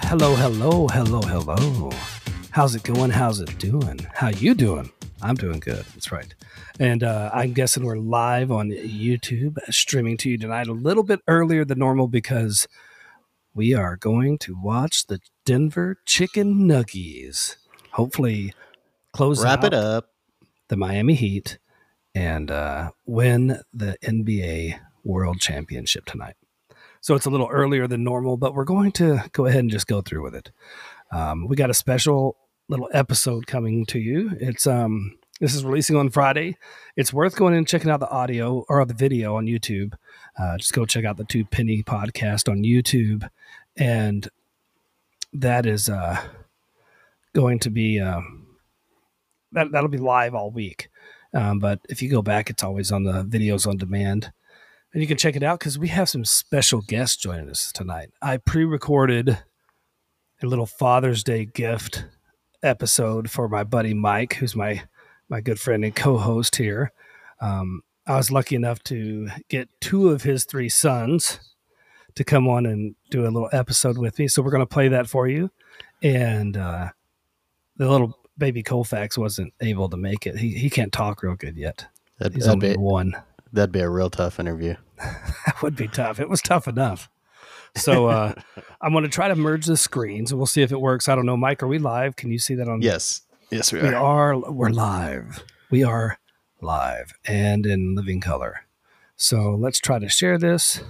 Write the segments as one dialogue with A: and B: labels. A: Hello, hello, hello, hello. How's it going? How's it doing? How you doing? I'm doing good. That's right. And uh, I'm guessing we're live on YouTube, streaming to you tonight a little bit earlier than normal because we are going to watch the Denver Chicken Nuggies. Hopefully, close
B: Wrap
A: out
B: it up.
A: the Miami Heat and uh, win the NBA World Championship tonight. So it's a little earlier than normal, but we're going to go ahead and just go through with it. Um, we got a special little episode coming to you. It's um, this is releasing on Friday. It's worth going and checking out the audio or the video on YouTube. Uh, just go check out the Two Penny podcast on YouTube, and that is uh, going to be um, that that'll be live all week. Um, but if you go back, it's always on the videos on demand. And you can check it out because we have some special guests joining us tonight. I pre recorded a little Father's Day gift episode for my buddy Mike, who's my, my good friend and co host here. Um, I was lucky enough to get two of his three sons to come on and do a little episode with me. So we're going to play that for you. And uh, the little baby Colfax wasn't able to make it. He, he can't talk real good yet.
B: That'd,
A: He's Mm.
B: that'd
A: only
B: be,
A: one.
B: that'd be a real tough interview.
A: That would be tough. It was tough enough. So uh, I'm going to try to merge the screens. We'll see if it works. I don't know, Mike. Are we live? Can you see that on?
B: Yes. Yes, we
A: we
B: are.
A: are. We're live. We are live and in living color. So let's try to share this.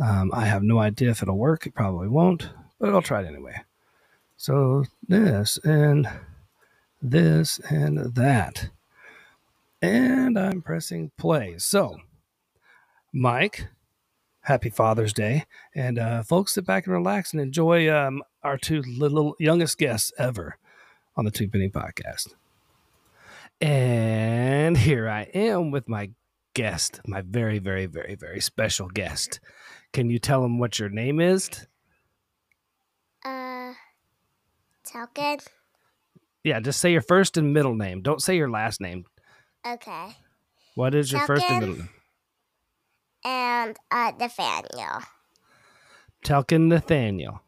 A: Um, I have no idea if it'll work. It probably won't, but I'll try it anyway. So this and this and that, and I'm pressing play. So, Mike, happy Father's Day, and uh, folks, sit back and relax and enjoy um, our two little youngest guests ever on the Two Penny Podcast. And here I am with my guest, my very, very, very, very special guest. Can you tell him what your name is?
C: Uh, Talking?
A: Yeah, just say your first and middle name. Don't say your last name.
C: Okay.
A: What is your first and
C: Falcon.
A: middle name?
C: And, uh, Nathaniel.
A: Telkin Nathaniel.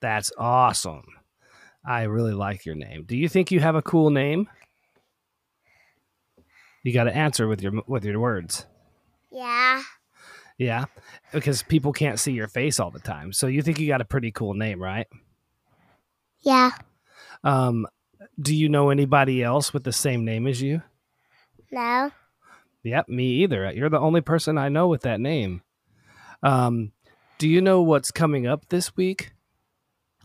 A: That's awesome. I really like your name. Do you think you have a cool name? You got to answer with your with your words.
C: Yeah.
A: Yeah, because people can't see your face all the time. So you think you got a pretty cool name, right?
C: Yeah.
A: Um, do you know anybody else with the same name as you?
C: No?
A: Yep, me either. You're the only person I know with that name. Um, do you know what's coming up this week?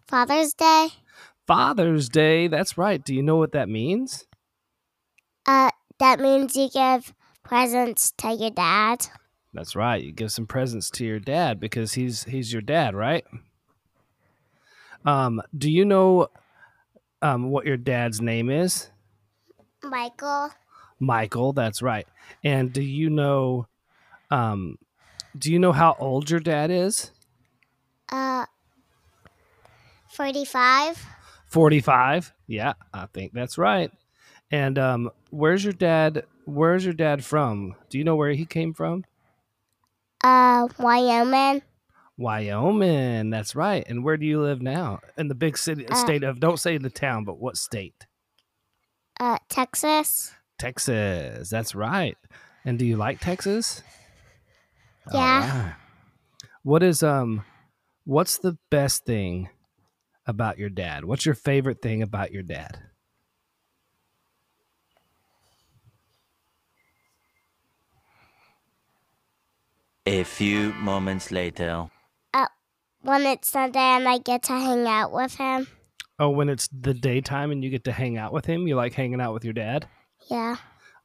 C: Father's Day?
A: Father's Day. That's right. Do you know what that means?
C: Uh, that means you give presents to your dad.
A: That's right. You give some presents to your dad because he's he's your dad, right? Um, do you know um, what your dad's name is?
C: Michael?
A: Michael, that's right. And do you know um do you know how old your dad is?
C: Uh, 45?
A: 45. Yeah, I think that's right. And um where's your dad where's your dad from? Do you know where he came from?
C: Uh, Wyoming?
A: Wyoming. That's right. And where do you live now? In the big city
C: Uh,
A: state of don't say the town, but what state?
C: Uh, Texas?
A: Texas. That's right. And do you like Texas? All
C: Yeah.
A: right. What is um what's the best thing about your dad? What's your favorite thing about your dad?
D: A few moments later.
C: When it's Sunday and I get to hang out with him?
A: Oh, when it's the daytime and you get to hang out with him, you like hanging out with your dad?
C: Yeah.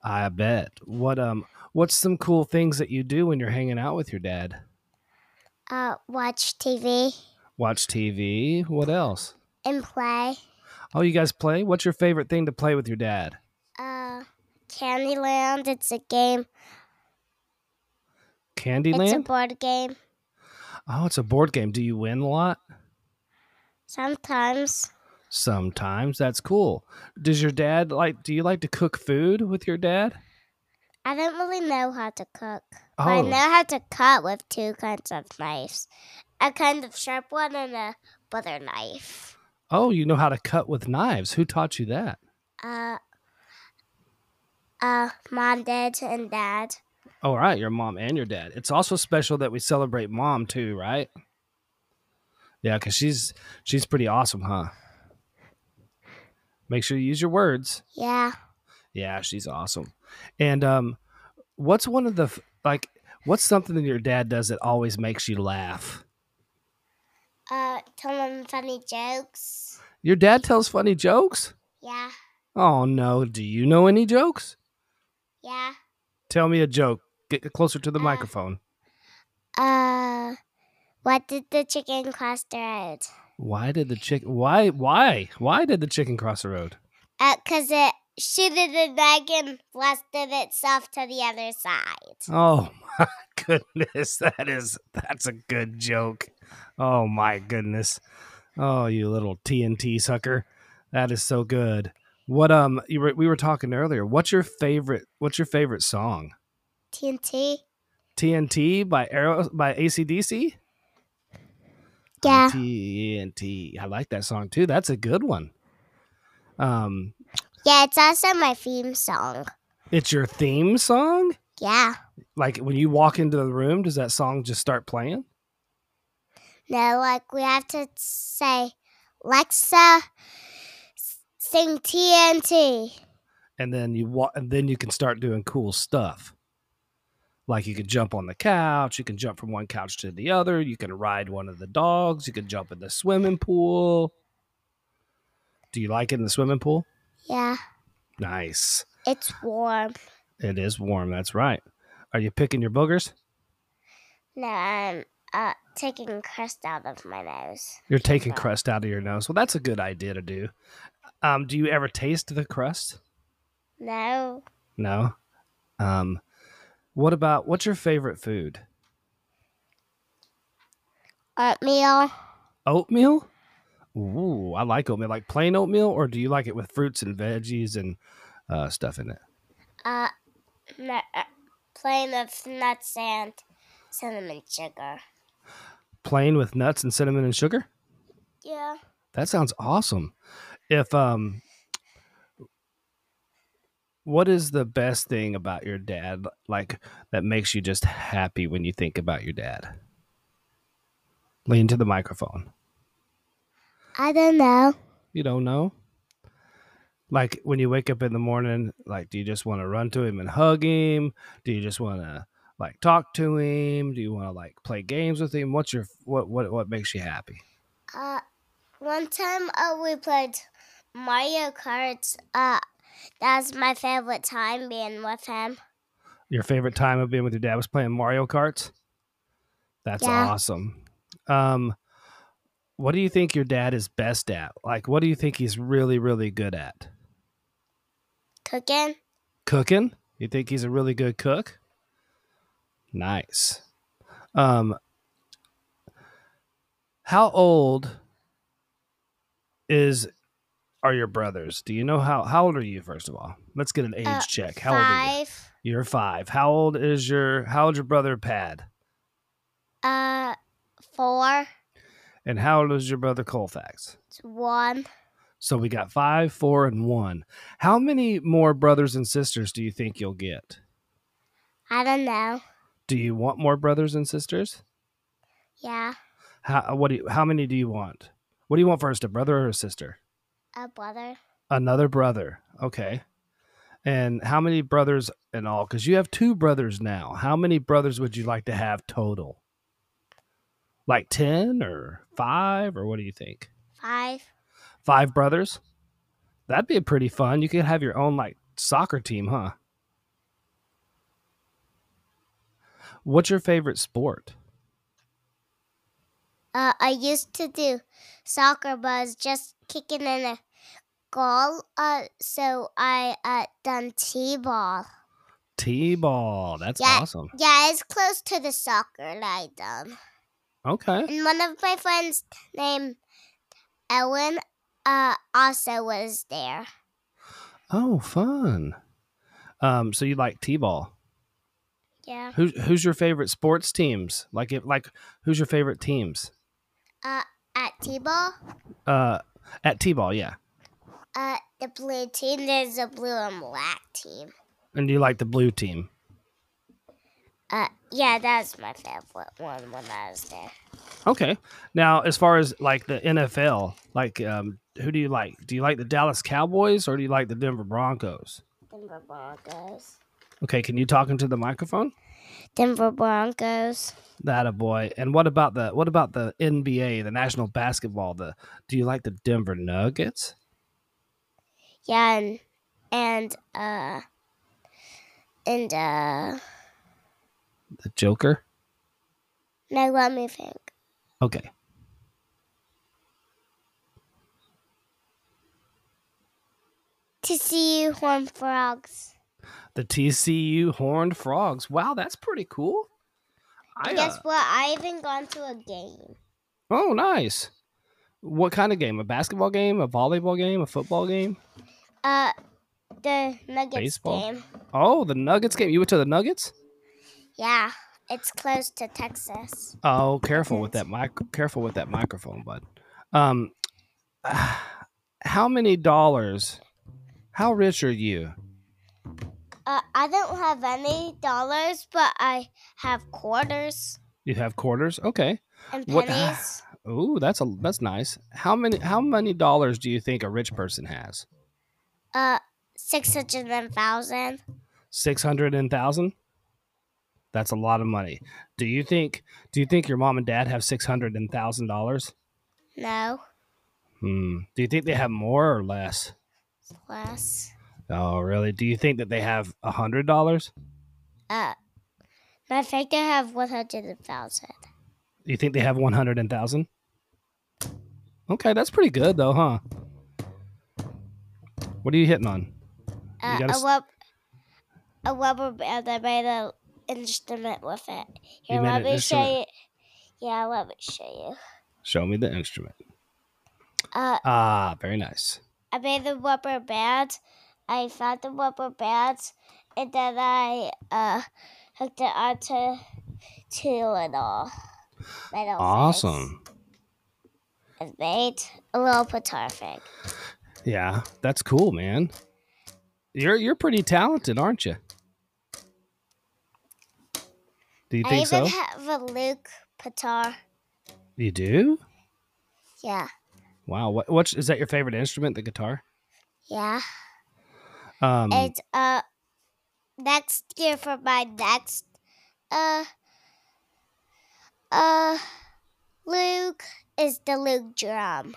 A: I bet. What um what's some cool things that you do when you're hanging out with your dad?
C: Uh, watch TV
A: Watch TV, what else?
C: and play.
A: Oh, you guys play? What's your favorite thing to play with your dad?
C: Uh, Candyland, it's a game. It's a
A: Candyland?
C: board game.
A: oh, it's a board game. Do you win a lot?
C: Sometimes.
A: Sometimes that's cool. Does your dad like? Do you like to cook food with your dad?
C: I don't really know how to cook. But I
A: Oh,
C: know how to cut with two kinds of knives a kind of sharp one and a butter knife.
A: Oh, you know how to cut with knives. Who taught you that?
C: Uh, uh, mom, dad, and dad.
A: All Oh, right, your mom and your dad. It's also special that we celebrate mom too, right? Yeah, cuz she's she's pretty awesome, huh? Make sure you use your words.
C: Yeah.
A: Yeah, she's awesome. And um what's one of the f- like what's something that your dad does that always makes you laugh?
C: Uh, tell them funny jokes.
A: Your dad tells funny jokes?
C: Yeah.
A: Oh no, do you know any jokes?
C: Yeah.
A: Tell me a joke. Get closer to the
C: Uh,
A: microphone.
C: Uh, what did the chicken cross the road?
A: Why did the chick why why why did the chicken cross the road?
C: Uh, cause it shooted the bag and blasted itself to the other side.
A: Oh my goodness, that is that's a good joke. Oh my goodness. Oh, you little TNT sucker. That is so good. What um you were, we were talking earlier. What's your favorite what's your favorite song?
C: TNT.
A: TNT by Aero by ACDC?
C: Yeah.
A: TNT. I like that song too. That's a good one. Um
C: Yeah. It's also my theme song.
A: it's your theme song?
C: Yeah.
A: Like when you walk into the room, does that song just start playing?
C: No, like we have to say, Lexa, s- sing TNT.
A: and then you wa- and then you can start doing cool stuff. Like you can jump on the couch, you can jump from one couch to the other, you can ride one of the dogs, you can jump in the swimming pool. Do you like it in the swimming pool?
C: Yeah.
A: Nice.
C: It's warm.
A: It is warm, that's right. Are you picking your boogers?
C: No, I'm uh, taking crust out of my nose.
A: You're taking
C: Yeah.
A: crust out of your nose. Well, that's a good idea to do. Um, do you ever taste the crust?
C: No.
A: No. Um, what about what's your favorite food?
C: Oatmeal.
A: oatmeal ooh i like oatmeal like plain oatmeal or do you like it with fruits and veggies and uh, stuff in it
C: Uh, no, uh, plain of nuts and cinnamon sugar.
A: plain with nuts and cinnamon and sugar
C: Yeah.
A: that sounds awesome if um what is the best thing about your dad like that makes you just happy when you think about your dad lean to the microphone
C: I don't know.
A: you don't know like when you wake up in the morning like do you just want to run to him and hug him do you just want to like talk to him do you want to like play games with him what's your what what what makes you happy
C: Uh, one time uh, we played Mario Kart. Uh, that was my favorite time being with him.
A: your favorite time of being with your dad was playing mario karts that's
C: Yeah.
A: awesome um what do you think your dad is best at like what do you think he's really really good at
C: Cooking?
A: cooking you think he's a really good cook nice um how old is are your brothers do you know how how old are you first of all let's get an age
C: Uh,
A: check how old are you
C: Five.
A: you're five how old is your how old your brother pad
C: Uh, four.
A: and how old is your brother colfax
C: It's One.
A: so we got five four and one how many more brothers and sisters do you think you'll get
C: I don't know.
A: do you want more brothers and sisters
C: Yeah.
A: How uh, what do you, how many do you want? What do you want first, a brother or a sister?
C: A brother.
A: Another brother. Okay. And how many brothers in all? Because you have two brothers now. How many brothers would you like to have total? Like ten or five or what do you think?
C: Five.
A: Five brothers? That'd be pretty fun. You could have your own like soccer team, huh? What's your favorite sport?
C: Uh, I used to do soccer, but I was just kicking in a goal. Uh, so I uh done t-ball.
A: T-ball. That's
C: Yeah.
A: awesome.
C: Yeah, it's close to the soccer that I done.
A: Okay.
C: And one of my friends named Ellen uh also was there.
A: Oh, fun. Um, so you like T-ball.
C: Yeah.
A: Who's who's your favorite sports teams? Like if like who's your favorite teams?
C: Uh, at T-ball,
A: Uh, at T-ball, yeah.
C: uh, the blue team. There's a blue and black team.
A: And you like the blue team.
C: Uh, yeah, that's my favorite one when I was there.
A: Okay. Now, as far as like the NFL, like um, who do you like? Do you like the Dallas Cowboys or do you like the Denver Broncos?
C: Denver Broncos.
A: Okay, can you talk into the microphone?
C: Denver Broncos.
A: That a boy. And what about the what about the NBA, the National Basketball? The do you like the Denver Nuggets?
C: Yeah, and and uh, and uh,
A: The Joker?
C: no, let me think.
A: Okay.
C: To see you, horned frogs.
A: The TCU Horned Frogs. Wow, that's pretty cool. I,
C: And
A: uh,
C: guess what? I even gone to a game.
A: oh, nice. What kind of game? A basketball game? A volleyball game? A football game?
C: Uh, the Nuggets
A: Baseball?
C: game.
A: Oh, the Nuggets game. You went to the Nuggets?
C: Yeah, it's close to Texas.
A: Oh, careful with that mic. Careful with that microphone, bud. Um, how many dollars? How rich are you?
C: Uh, I don't have any dollars, but I have quarters
A: You have quarters. Okay.
C: and
A: What-
C: pennies.
A: Ooh, that's a that's nice. How many how many dollars do you think a rich person has?
C: Uh, six hundred and thousand.
A: Six hundred and thousand. That's a lot of money. Do you think Do you think your mom and dad have six hundred and thousand dollars?
C: No,
A: Hmm. Do you think they have more or less?
C: less.
A: Oh, really? Do you think that they have a hundred dollars?
C: Uh, I think I have one hundred and thousand.
A: You think they have 100 and 1,000? Okay, that's pretty good though, huh? What are you hitting on?
C: Uh,
A: gotta
C: a,
A: s-
C: rub- a rubber band. I made an instrument with it.
A: You
C: Here,
A: made
C: let
A: an
C: me show you.
A: instrument?
C: Yeah, let me show you.
A: Show me the instrument.
C: Uh,
A: Ah, very nice.
C: I made the rubber band. I found the rubber band, and then I uh, hooked it onto two and all. Metal things
A: Awesome.
C: And made a little guitar thing.
A: Yeah, that's cool, man. You're you're pretty talented, aren't you? Do you
C: I
A: think so?
C: even have a Luke guitar.
A: you do?
C: Yeah,
A: Wow. What what's is that your favorite instrument, the guitar?
C: yeah.
A: Um
C: And uh, next year for my next uh uh Luke is the Luke drum.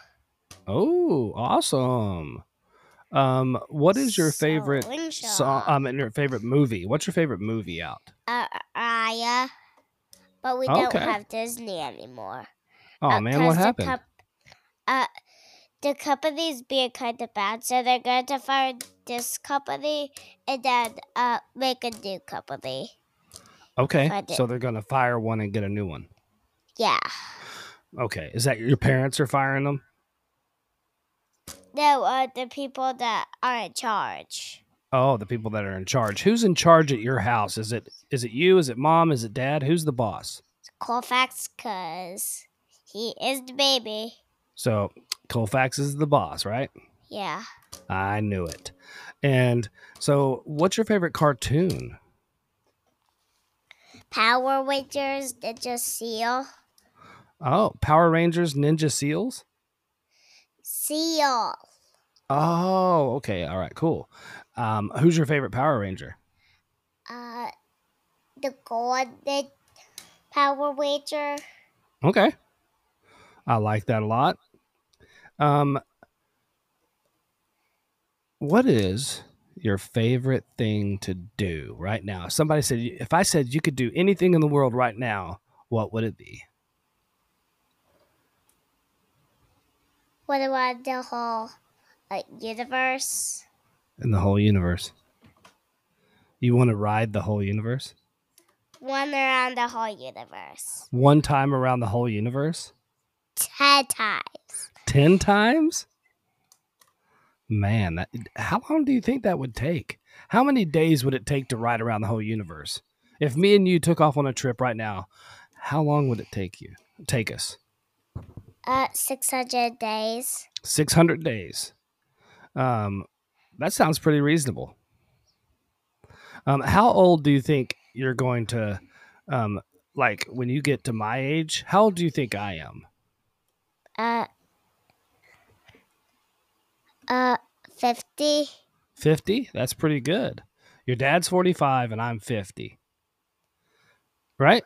A: Oh, awesome. Um what is your favorite song
C: Slingshot.
A: um and your favorite movie what's your favorite movie out
C: uh, Raya, but we
A: Okay.
C: don't have Disney anymore.
A: oh
C: Uh,
A: man what
C: 'cause the
A: happened
C: comp- uh, the company's being kind of bad, so they're going to fire this company and then uh, make a new company.
A: okay
C: I did-
A: so they're gonna fire one and get a new one
C: Yeah.
A: okay is that your parents are firing them
C: No, uh, the people that are in charge.
A: oh the people that are in charge who's in charge at your house is it is it you is it mom is it dad who's the boss
C: Colfax, because he is the baby.
A: so colfax is the boss right
C: Yeah.
A: i knew it and so what's your favorite cartoon
C: Power Rangers, Ninja Seal.
A: oh power rangers ninja seals
C: Seal.
A: oh okay all right cool um who's your favorite power ranger
C: uh, the golden Power Ranger.
A: Okay. I like that a lot. Um what is your favorite thing to do right now? If somebody said if I said you could do anything in the world right now, what would it be?
C: What about the whole uh, universe?
A: In the whole universe. You want to ride the whole universe?
C: One around the whole universe.
A: One time around the whole universe?
C: Ten times.
A: 10 times? Man, that, how long do you think that would take? How many days would it take to ride around the whole universe? If me and you took off on a trip right now, how long would it take you? Take us.
C: Uh, 600 days.
A: 600 days. Um, that sounds pretty reasonable. Um, how old do you think you're going to, um, like when you get to my age, how old do you think I am?
C: Uh, uh, 50.
A: 50? That's pretty good. Your dad's 45 and I'm 50. Right?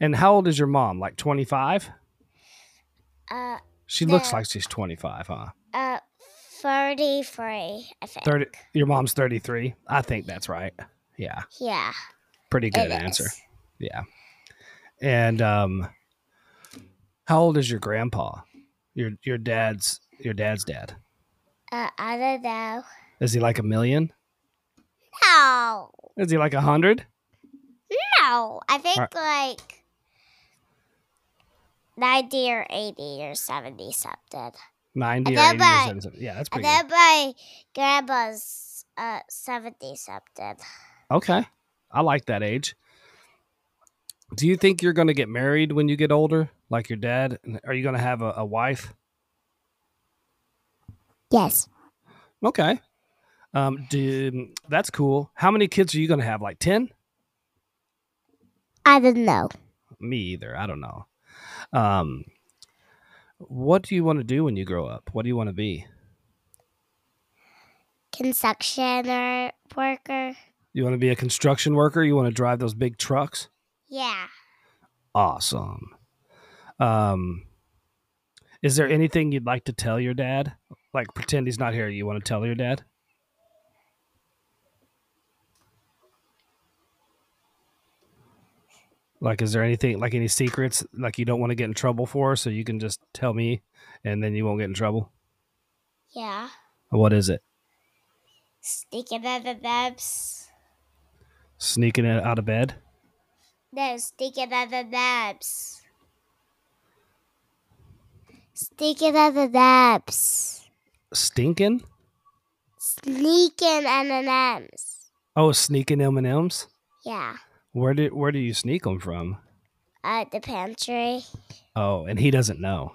A: And how old is your mom? Like 25?
C: Uh,
A: She looks
C: No.
A: like she's 25, huh?
C: uh, 33, I think.
A: 30 Your mom's 33? I think that's right. Yeah.
C: Yeah.
A: Pretty good
C: it
A: answer.
C: is.
A: Yeah. And um how old is your grandpa? Your your dad's your dad's dad.
C: Uh, I don't know.
A: Is he like a million?
C: No.
A: Is he like a hundred?
C: No. I think
A: Alright.
C: like 90 or 80 or 70 something.
A: Ninety or
C: I know,
A: eighty or
C: but-
A: 70? Yeah, that's
C: And
A: pretty
C: then my grandma's uh, 70 something.
A: good. Okay. I like that age. Do you think you're gonna get married when you get older, like your dad? And Are you gonna have a, a wife?
C: Yes.
A: Okay. Um, do, that's cool. How many kids are you gonna have? Like ten?
C: I don't know.
A: me either. I don't know. Um, what do you want to do when you grow up? What do you want to be?
C: Construction or worker.
A: You want to be a construction worker? You want to drive those big trucks?
C: Yeah.
A: Awesome. Um, is there anything you'd like to tell your dad? Like pretend he's not here. You want to tell your dad? Like, is there anything like any secrets like you don't want to get in trouble for, so you can just tell me, and then you won't get in trouble?
C: Yeah.
A: What is it?
C: Sneaking in the nubs.
A: Sneaking it out of bed?
C: No, sneaking in the nubs. Sneaking in the nubs.
A: Stinking?
C: Sneaking M&Ms.
A: Oh, sneaking M and M's.
C: Yeah.
A: Where do where do you sneak them from?
C: Uh, the pantry.
A: Oh, and he doesn't know.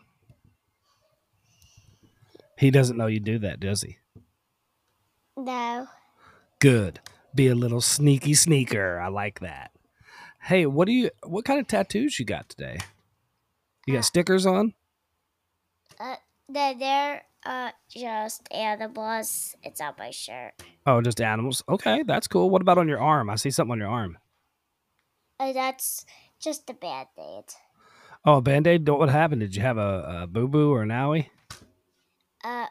A: He doesn't know you do that, does he?
C: No.
A: Good. Be a little sneaky sneaker. I like that. Hey, what do you? What kind of tattoos you got today? You got stickers on?
C: No, they're uh, just animals. It's on my shirt.
A: Oh, just animals. Okay, that's cool. What about on your arm? I see something on your arm.
C: Oh, that's just a band-aid.
A: Oh, a band aid. What happened? Did you have a, a boo boo or an owie?
C: Uh,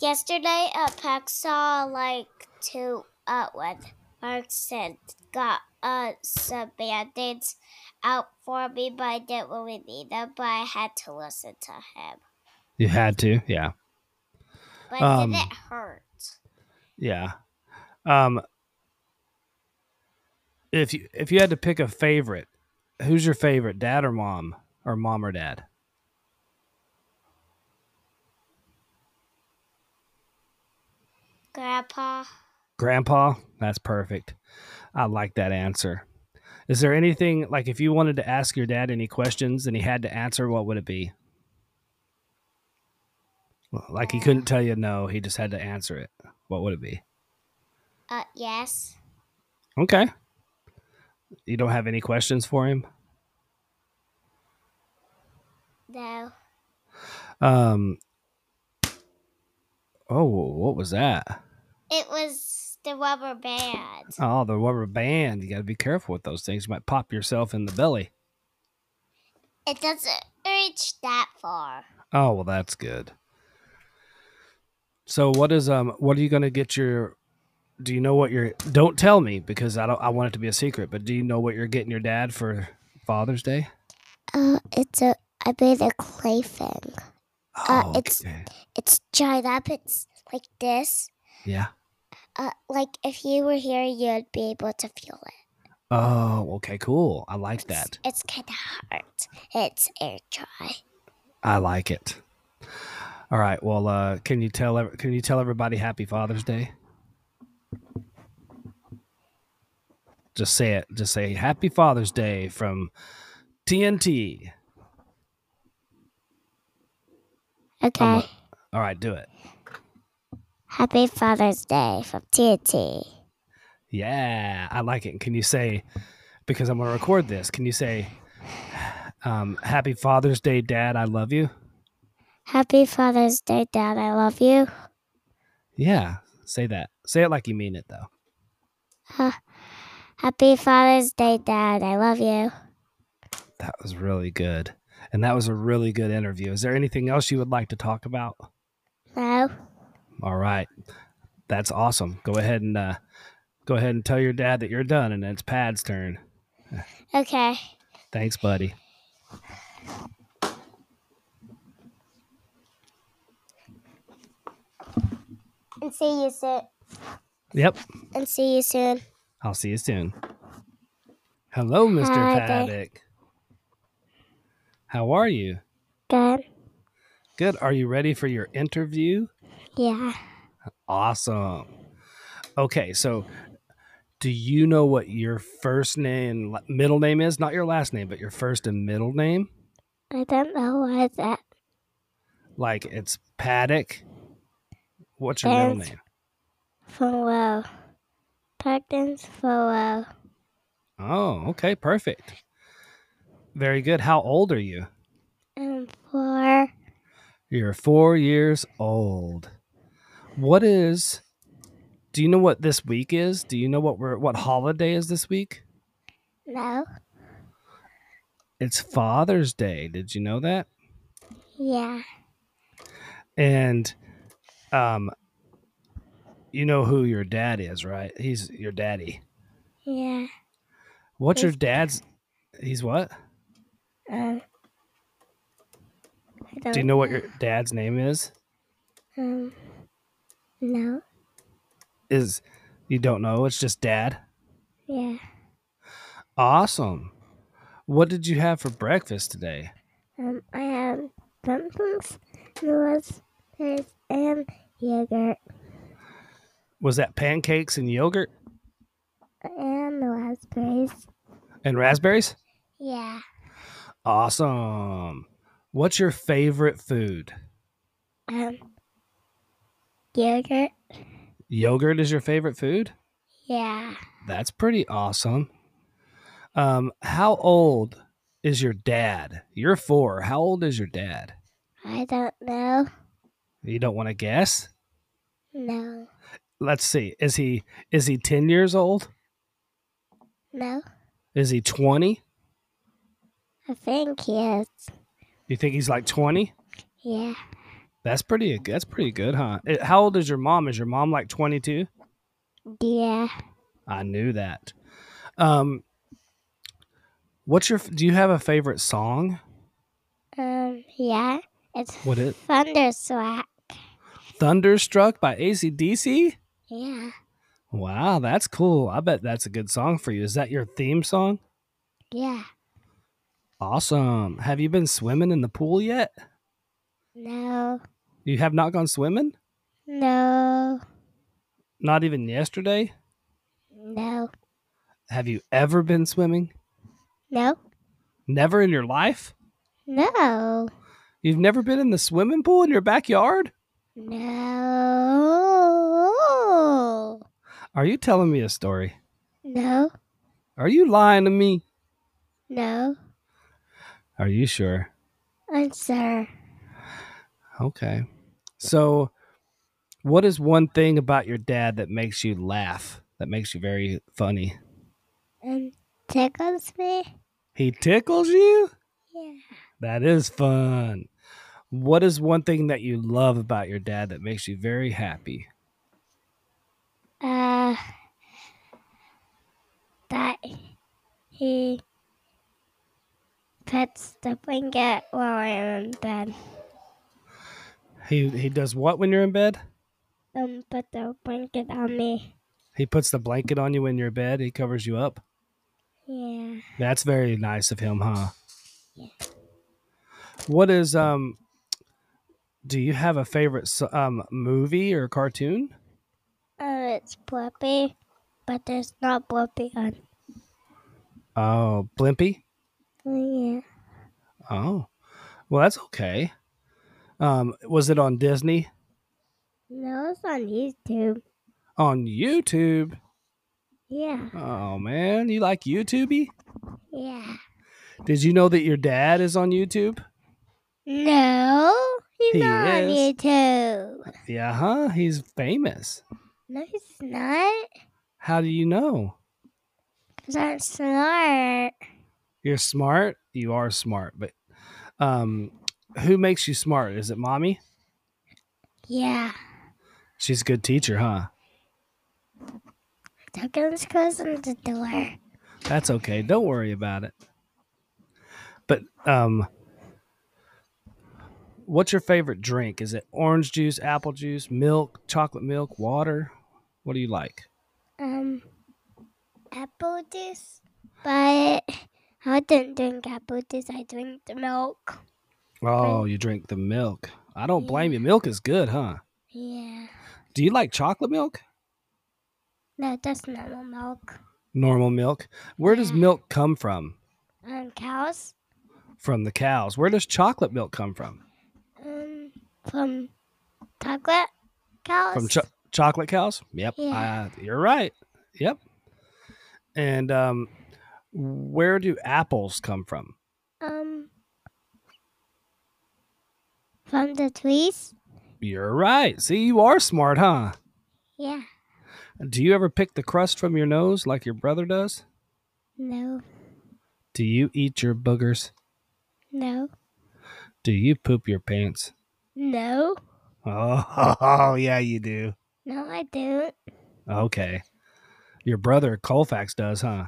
C: yesterday at Paxaw, like two uh when Mark said got uh some band-aids out for me, but I didn't really need them. But I had to listen to him.
A: You had to. Yeah.
C: But
A: Um,
C: did it hurt?
A: Yeah. Um if you if you had to pick a favorite, who's your favorite, dad or mom? Or mom or dad?
C: Grandpa,
A: Grandpa? That's perfect. I like that answer. Is there anything like if you wanted to ask your dad any questions and he had to answer, what would it be? Like he couldn't tell you no, he just had to answer it. What would it be?
C: uh, yes.
A: Okay. You don't have any questions for him?
C: No.
A: Um. Oh, what was that?
C: It was the rubber band.
A: Oh, the rubber band. You got to be careful with those things. You might pop yourself in the belly.
C: It doesn't reach that far.
A: Oh, well, that's good. So, what is um? What are you gonna get your? Do you know what you're? Don't tell me because I don't. I want it to be a secret. But do you know what you're getting your dad for Father's Day?
C: Uh, it's a. I made a clay thing. Uh, it's-
A: Oh, okay.
C: It's dried up. It's like this.
A: yeah.
C: Uh, like if you were here, you'd be able to feel it.
A: Oh, okay, cool. I like that.
C: It's kind of hard. It's air dry.
A: I like it. All right. Well, uh, can you tell ev- can you tell everybody Happy Father's Day? Just say it. Just say Happy Father's Day from TNT.
C: Okay.
A: I'm a- All right, do it.
C: Happy Father's Day from TNT.
A: Yeah, I like it. Can you say, because I'm going to record this, can you say, um, Happy Father's Day, Dad, I love you?
C: Happy Father's Day, Dad. I love you.
A: Yeah, say that. Say it like you mean it, though.
C: Ha- Happy Father's Day, Dad. I love you.
A: That was really good. And that was a really good interview. Is there anything else you would like to talk about?
C: No.
A: All right. That's awesome. Go ahead and uh, go ahead and tell your dad that you're done and it's Pad's turn.
C: Okay.
A: Thanks, buddy.
C: And see you soon.
A: Yep.
C: And see you soon.
A: I'll see you soon. Hello, Mr.
C: Hi, Dave.
A: Paddock. How are you?
C: Good.
A: Good. Are you ready for your interview?
C: Yeah.
A: Awesome. Okay, so do you know what your first name, la- middle name is? Not your last name, but your first and middle name?
C: I don't know why that.
A: Like it's Paddock. What's your middle
C: Yes.
A: name?
C: Follow. Pardons follow.
A: Oh, okay, perfect. Very good. How old are you?
C: And four.
A: You're four years old. What is? Do you know what this week is? Do you know what we're what holiday is this week?
C: No.
A: It's Father's Day. Did you know that?
C: Yeah.
A: And, um, you know who your dad is, right? He's your daddy.
C: Yeah.
A: What's your dad's? He's what?
C: Um. I don't
A: Do you know what your dad's name is?
C: Um. No.
A: Is you don't know? It's just dad.
C: Yeah.
A: Awesome. What did you have for breakfast today?
C: Um. I have dumplings, noodles, pears, and yogurt,
A: Was that pancakes and yogurt
C: and raspberries.
A: and raspberries?
C: Yeah.
A: Awesome. What's your favorite food?
C: Um. Yogurt.
A: Yogurt is your favorite food?
C: Yeah.
A: That's pretty awesome. Um, how old is your dad? You're four. How old is your dad?
C: I don't know.
A: You don't want to guess?
C: No.
A: Let's see. Is he is he ten years old?
C: No.
A: Is he twenty?
C: I think yes.
A: You think he's like twenty?
C: Yeah.
A: That's pretty. That's pretty good, huh? Eh, How old is your mom? Is your mom like twenty two?
C: Yeah.
A: I knew that. Um, what's your? Do you have a favorite song?
C: Um. Yeah. It's
A: What is
C: thunderswat.
A: "Thunderstruck" by ACDC?
C: Yeah.
A: Wow, that's cool. I bet that's a good song for you. Is that your theme song?
C: Yeah.
A: Awesome. Have you been swimming in the pool yet?
C: No.
A: You have not gone swimming?
C: No.
A: Not even yesterday?
C: No.
A: Have you ever been swimming?
C: No.
A: Never in your life?
C: No.
A: You've never been in the swimming pool in your backyard?
C: No.
A: Are you telling me a story?
C: No.
A: Are you lying to me?
C: No.
A: Are you sure?
C: I'm sorry.
A: Okay. So, what is one thing about your dad that makes you laugh? That makes you very funny?
C: Um. Tickles me.
A: He tickles you?
C: Yeah.
A: That is fun. What is one thing that you love about your dad that makes you very happy?
C: Uh. That he pets the blanket while I'm in bed.
A: He he does what when you're in bed?
C: Um. Put the blanket on me.
A: He puts the blanket on you when you're in bed. He covers you up.
C: Yeah.
A: That's very nice of him, huh? What is um? Do you have a favorite s- um movie or cartoon?
C: Oh, it's Blippi, but there's not Blippi on.
A: Oh, Blimpy.
C: Oh,
A: Oh, well, that's okay. Um, was it on Disney?
C: No, it's on YouTube.
A: On YouTube?
C: Yeah,
A: Oh man, you like YouTubey?
C: yeah.
A: Did you know that your dad is on YouTube?
C: No, he's
A: He
C: not on
A: is.
C: YouTube.
A: Yeah, huh? He's famous.
C: No, he's not.
A: How do you know?
C: Cause I'm smart.
A: You're smart. You are smart, but um, who makes you smart? Is it mommy?
C: Yeah,
A: She's a good teacher, huh?
C: Duncan's closing the door.
A: That's okay. Don't worry about it. But um, what's your favorite drink? Is it orange juice, apple juice, milk, chocolate milk, water? What do you like?
C: Um, apple juice, but I didn't drink apple juice. I drink the milk.
A: Oh, you drink the milk. I don't blame you. Milk is good, huh?
C: Yeah.
A: Do you like chocolate milk?
C: No, that's normal milk.
A: Normal milk. Where does
C: Yeah.
A: milk come from?
C: Um, cows.
A: From the cows. Where does chocolate milk come from?
C: Um, from chocolate cows.
A: From cho- chocolate cows? Yep.
C: Yeah.
A: I- you're right. Yep. And um, where do apples come from?
C: um, from the trees.
A: You're right. See, you are smart, huh?
C: Yeah.
A: Do you ever pick the crust from your nose like your brother does?
C: No.
A: Do you eat your boogers?
C: No.
A: Do you poop your pants?
C: No.
A: Oh, yeah, you do.
C: No, I don't.
A: Okay. Your brother Colfax does, huh?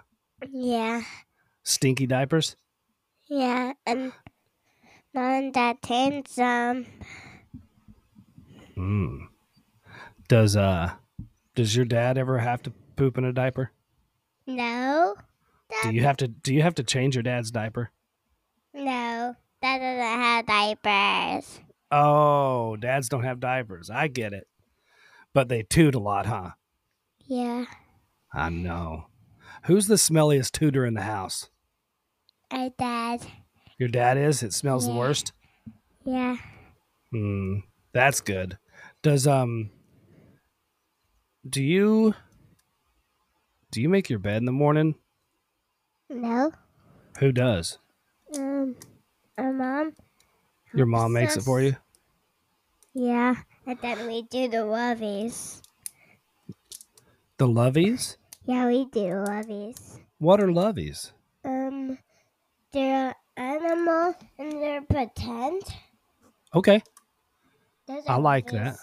C: Yeah.
A: Stinky diapers?
C: Yeah. And not in that tin some.
A: Mm. Does uh does your dad ever have to poop in a diaper?
C: No. That,
A: Do you have to do you have to change your dad's diaper?
C: no. That doesn't have diapers.
A: Oh, dads don't have diapers. I get it. But they toot a lot, huh?
C: Yeah.
A: I know. Who's the smelliest tooter in the house?
C: Our dad.
A: Your dad is? It smells the
C: Yeah.
A: worst?
C: Yeah.
A: Hmm. That's good. Does um do you do you make your bed in the morning?
C: No.
A: Who does?
C: Um, our mom.
A: Your mom makes it for you?
C: Yeah, and then we do the lovies.
A: The lovies?
C: Yeah, we do lovies.
A: What are lovies?
C: Um, they're animal and they're pretend.
A: Okay.
C: Those
A: I
C: are
A: like
C: lovies.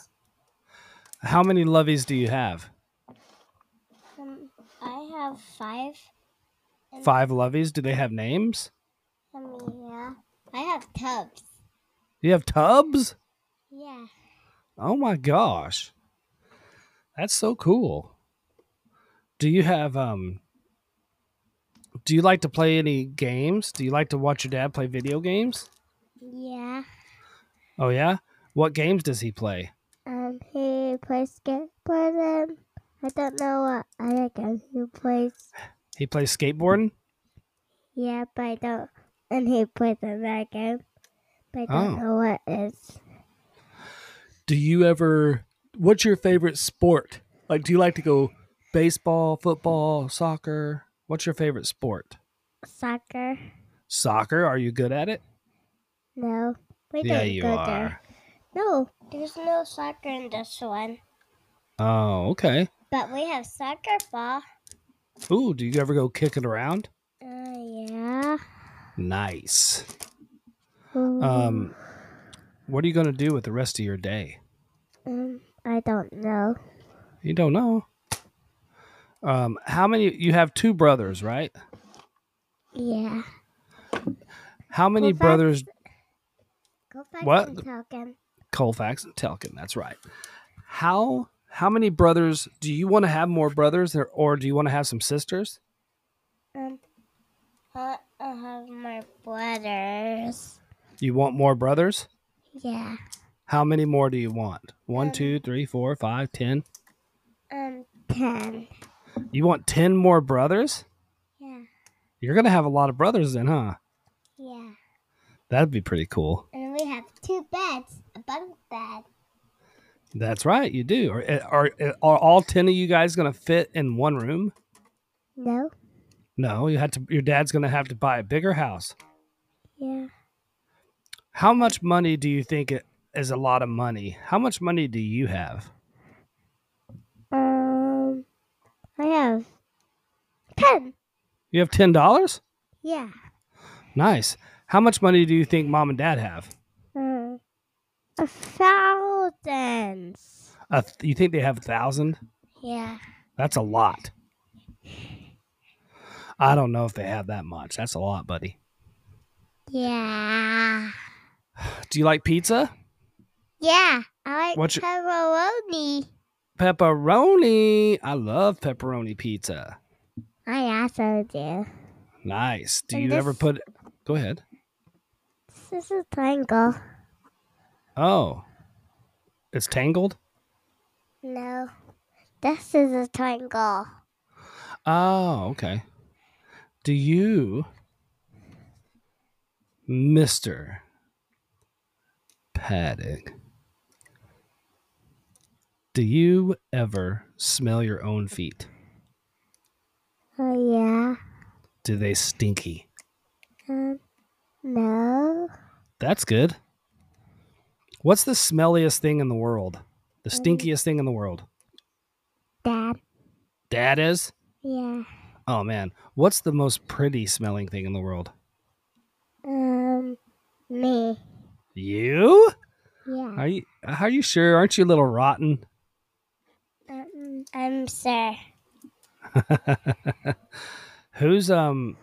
A: How many lovies do you have?
C: Um, I have five. and-
A: Five lovies? Do they have names?
C: I mean, yeah. I have tubs.
A: You have tubs?
C: Yeah.
A: Oh my gosh. That's so cool. Do you have um do you like to play any games? Do you like to watch your dad play video games?
C: Yeah.
A: Oh yeah? What games does he play?
C: Um, he plays skateboard. And I don't know what other game he plays.
A: He plays skateboarding?
C: Yeah, but I don't. And he plays another game, but I don't
A: Oh.
C: know what it is.
A: Do you ever what's your favorite sport? Like do you like to go baseball, football, soccer? What's your favorite sport?
C: Soccer.
A: Soccer, are you good at it?
C: No. We don't go There. No, there's no soccer in this one.
A: Oh, okay.
C: But we have soccer ball.
A: Ooh, do you ever go kick it around?
C: Uh, yeah.
A: Nice.
C: Ooh.
A: Um, what are you going to do with the rest of your day?
C: Um, I don't know.
A: You don't know. Um, how many? You have two brothers, right?
C: Yeah.
A: How many
C: Well, that's-
A: brothers?
C: Go back
A: What?
C: and talking.
A: Colfax and Telkin. That's right. How how many brothers? Do you want to have more brothers, or, or do you want to have some sisters?
C: Um, I I have my brothers.
A: You want more brothers?
C: Yeah.
A: How many more do you want? One,
C: Um,
A: two, three, four, five, ten.
C: Um, ten.
A: You want ten more brothers?
C: Yeah.
A: You're gonna have a lot of brothers then, huh?
C: Yeah.
A: That'd be pretty cool.
C: And we have two beds, a bunk bed.
A: That's right, you do. Are eh, are, are all ten of you guys going to fit in one room?
C: No.
A: No, you had to. Your dad's going to have to buy a bigger house.
C: Yeah.
A: How much money do you think it is a lot of money? How much money do you have?
C: Um, I have ten.
A: You have ten dollars.
C: Yeah.
A: Nice. How much money do you think mom and dad have?
C: Uh, a thousand.
A: A th- you think they have a thousand?
C: Yeah.
A: That's a lot. I don't know if they have that much. That's a lot, buddy.
C: Yeah.
A: Do you like pizza?
C: Yeah. I like
A: What's your-
C: pepperoni.
A: Pepperoni. I love pepperoni pizza.
C: I also do.
A: Nice. Do
C: And
A: you
C: this-
A: ever put? Go ahead.
C: This is a triangle.
A: Oh, it's tangled.
C: No. This is a triangle.
A: Oh, okay. Do you, Mister Paddock? Do you ever smell your own feet?
C: Oh, yeah.
A: Do they stinky?
C: Um, no.
A: That's good. What's the smelliest thing in the world? The
C: Mm.
A: stinkiest thing in the world?
C: Dad.
A: Dad is?
C: Yeah.
A: Oh man. What's the most pretty smelling thing in the world?
C: Um, me.
A: You?
C: Yeah.
A: Are you are you sure? Aren't you a little rotten?
C: Um, I'm sir.
A: Who's um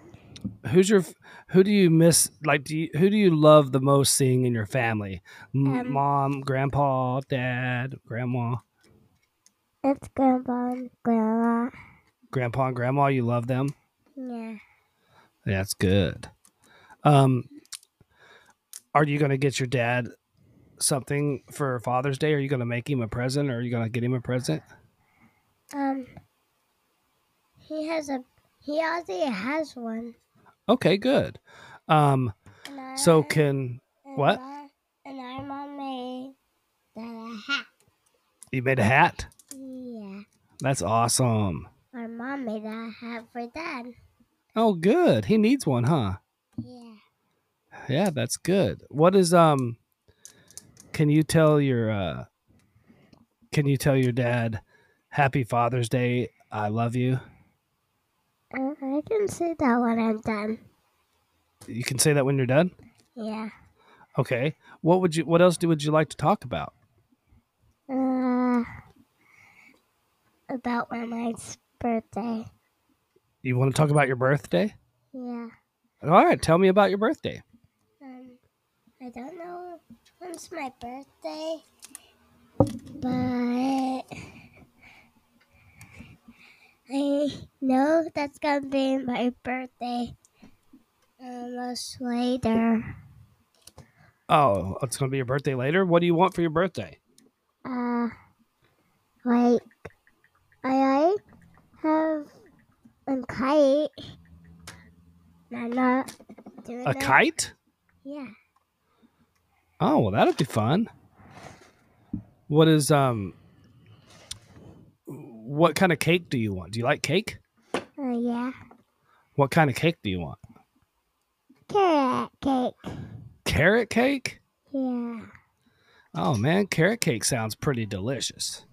A: who's your who do you miss like do you, who do you love the most seeing in your family? M-
C: Um,
A: Mom, grandpa, dad, grandma,
C: It's grandpa and grandma.
A: grandpa and grandma, you love them?
C: Yeah.
A: That's good. Um, are you going to get your dad something for Father's Day? Are you going to make him a present, or are you going to get him a present?
C: Um, he has a. He already has one.
A: Okay, good. Um,
C: And I-
A: so can
C: and
A: what?
C: I- and I'm on my. That I have.
A: you made a hat?
C: Yeah.
A: That's awesome.
C: Our mom made a hat for dad.
A: Oh, good. He needs one, huh?
C: Yeah.
A: Yeah, that's good. What is um? Can you tell your uh? Can you tell your dad, Happy Father's Day? I love you.
C: Uh, I can see that when I'm done.
A: You can say that when you're done.
C: Yeah.
A: Okay. What would you what else do, would you like to talk about?
C: Uh, about my mom's birthday.
A: You want to talk about your birthday?
C: Yeah.
A: All right, tell me about your birthday.
C: Um, I don't know when's my birthday, but I know that's gonna be my birthday. Almost later.
A: Oh, it's going to be your birthday later. What do you want for your birthday?
C: Uh, like I like have a kite. And I'm not doing
A: A
C: that.
A: kite?
C: Yeah.
A: Oh, well that'll be fun. What is um what kind of cake do you want? Do you like cake?
C: Oh yeah.
A: What kind of cake do you want?
C: Carrot cake.
A: Carrot cake?
C: Yeah.
A: Oh man, carrot cake sounds pretty delicious.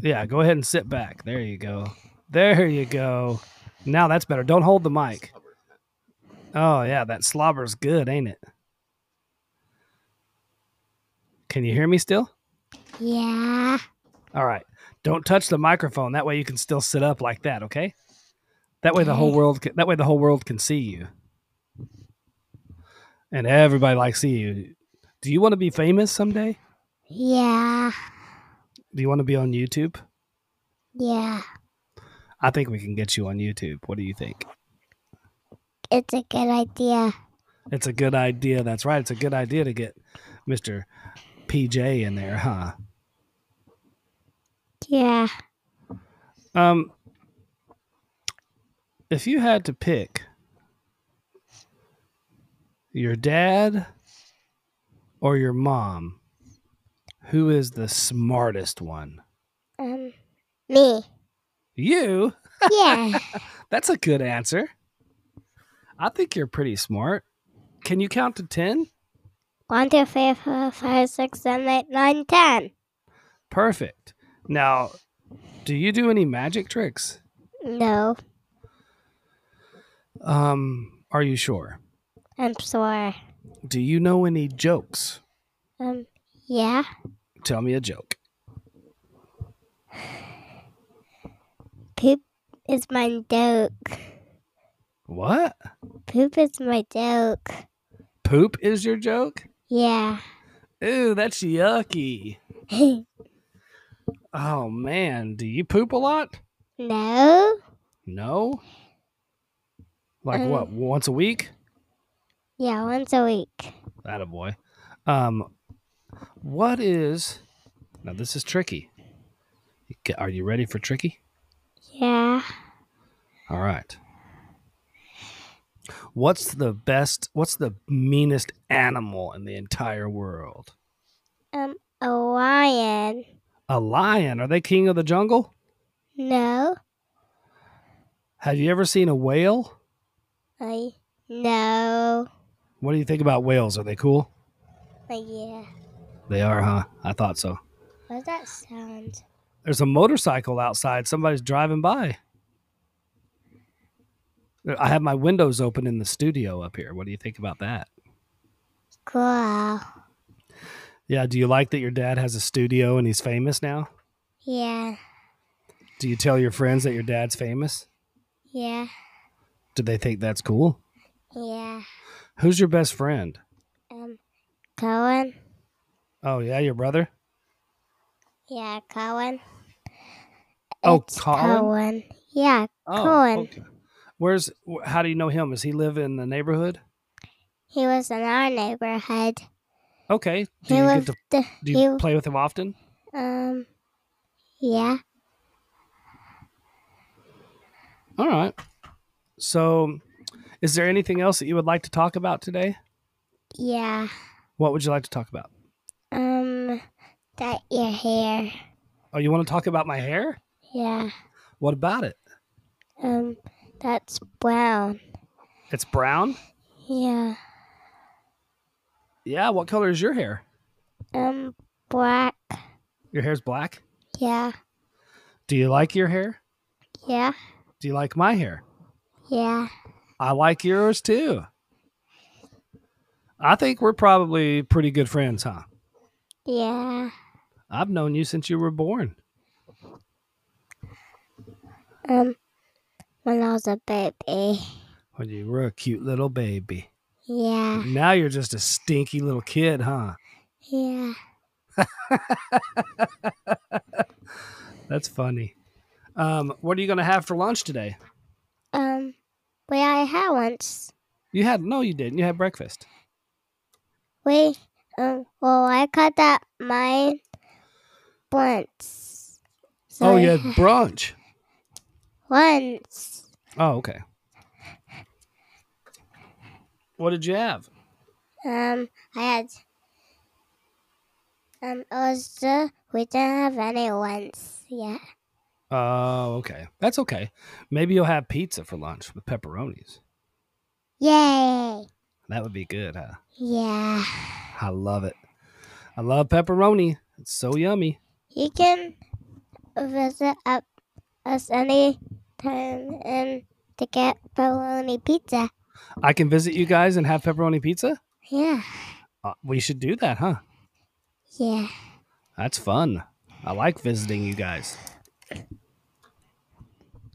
A: Yeah, go ahead and sit back. There you go. There you go. Now that's better. Don't hold the mic. Oh yeah, that slobber's good, ain't it? Can you hear me still?
C: Yeah.
A: All right. Don't touch the microphone. That way you can still sit up like that, okay? That way the whole
C: Okay.
A: world can, that way the whole world can see you. And everybody likes see you. Do you want to be famous someday?
C: Yeah.
A: Do you want to be on YouTube?
C: Yeah.
A: I think we can get you on YouTube. What do you think?
C: It's a good idea.
A: It's a good idea. That's right. It's a good idea to get Mr. PJ in there, huh?
C: Yeah.
A: Um, if you had to pick your dad or your mom, who is the smartest one?
C: Um, me.
A: You?
C: Yeah.
A: That's a good answer. I think you're pretty smart. Can you count to 10?
C: One, two, three, four, five, six, seven, eight, nine, ten.
A: Perfect. Now, do you do any magic tricks?
C: No,
A: Um, are you sure?
C: I'm sore.
A: Do you know any jokes?
C: Um, yeah.
A: Tell me a joke.
C: Poop is my joke.
A: What?
C: Poop is my joke.
A: Poop is your joke?
C: Yeah.
A: Ooh, that's yucky. Oh man, do you poop a lot?
C: no.
A: No. Like
C: Um,
A: what? Once a week?
C: Yeah, once a week.
A: That a boy. Um, what is? Now this is tricky. You ca- Are you ready for tricky?
C: Yeah.
A: All right. What's the best? What's the meanest animal in the entire world?
C: Um, a lion.
A: A lion. Are they king of the jungle?
C: No.
A: Have you ever seen a whale?
C: I no.
A: What do you think about whales? Are they cool?
C: But yeah.
A: They are, huh? I thought so.
C: What's that sound?
A: There's a motorcycle outside. Somebody's driving by. I have my windows open in the studio up here. What do you think about that?
C: Cool.
A: Yeah, do you like that your dad has a studio and he's famous now?
C: Yeah.
A: Do you tell your friends that your dad's famous?
C: Yeah.
A: Do they think that's cool?
C: Yeah.
A: Who's your best friend?
C: Um, Cohen.
A: Oh, yeah, your brother?
C: Yeah, Cohen.
A: Oh,
C: It's
A: Colin?
C: Cohen. Yeah,
A: Oh,
C: Cohen.
A: okay. Where's wh- how do you know him? Does he live in the neighborhood?
C: he was in our neighborhood.
A: Okay. Do
C: He
A: you
C: lived.
A: get to do
C: he,
A: you play with him often?
C: um. Yeah.
A: All right. So, is there anything else that you would like to talk about today?
C: Yeah.
A: What would you like to talk about?
C: Um. That your hair.
A: Oh, you want to talk about my hair?
C: Yeah.
A: What about it?
C: Um. That's brown.
A: It's brown?
C: Yeah.
A: Yeah, what color is your hair?
C: Um. Black.
A: Your hair's black?
C: Yeah.
A: Do you like your hair?
C: Yeah.
A: Do you like my hair?
C: Yeah.
A: I like yours too. I think we're probably pretty good friends, huh?
C: Yeah.
A: I've known you since you were born.
C: Um. When I was a baby.
A: When you were a cute little baby.
C: Yeah.
A: Now you're just a stinky little kid, huh?
C: Yeah.
A: That's funny. Um, what are you going to have for lunch today?
C: Um. We I had once.
A: You had, no, you didn't. You had breakfast.
C: We. Um. Well, I cut that mine. Once. So
A: oh,
C: I
A: you had
C: had
A: brunch.
C: Once.
A: Oh, okay. What did you have?
C: Um, I had. Um, it was the, we didn't have any ones yet.
A: Oh, okay. That's okay. Maybe you'll have pizza for lunch with pepperonis.
C: Yay!
A: That would be good, huh?
C: Yeah.
A: I love it. I love pepperoni. It's so yummy.
C: You can visit up us any time and to get bologna pizza.
A: I can visit you guys and have pepperoni pizza?
C: Yeah.
A: Uh, we should do that, huh?
C: Yeah.
A: That's fun. I like visiting you guys.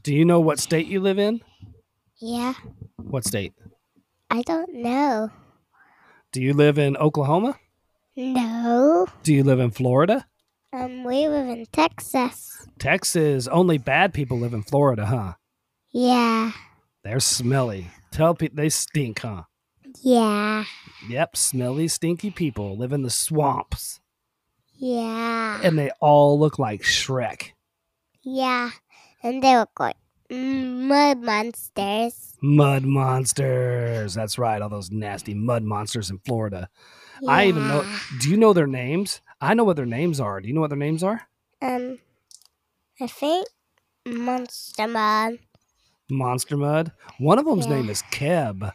A: Do you know what state you live in?
C: Yeah.
A: What state?
C: I don't know.
A: Do you live in Oklahoma? Hmm.
C: No.
A: Do you live in Florida?
C: Um, we live in Texas.
A: Texas. Only bad people live in Florida, huh?
C: Yeah.
A: They're smelly. Tell people they stink, huh?
C: Yeah.
A: Yep, smelly, stinky people live in the swamps,
C: Yeah.
A: and they all look like Shrek.
C: Yeah. And they look like mud monsters.
A: Mud monsters. That's right. All those nasty mud monsters in Florida. I even know. Do you know their names? I know what their names are. Do you know what their names are?
C: Um, I think Monster Man.
A: Monster Mud. One of them's
C: Yeah.
A: name is Keb.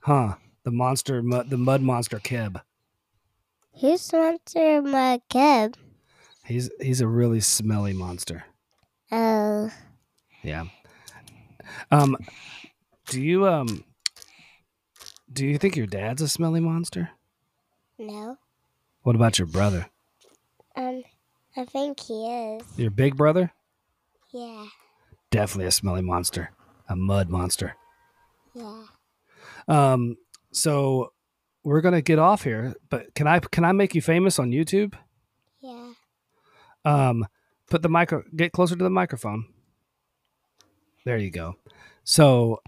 A: Huh. The monster, mu- the mud monster Keb.
C: Who's Monster Man Kid?
A: He's he's a really smelly monster.
C: Oh,
A: Yeah. Um, do you um, do you think your dad's a smelly monster?
C: no.
A: What about your brother?
C: Um, I think he is.
A: Your big brother?
C: Yeah,
A: Definitely a smelly monster, a mud monster.
C: yeah.
A: Um, so we're gonna get off here, but can I can I make you famous on YouTube?
C: Yeah.
A: Um, put the micro get closer to the microphone. There you go. So,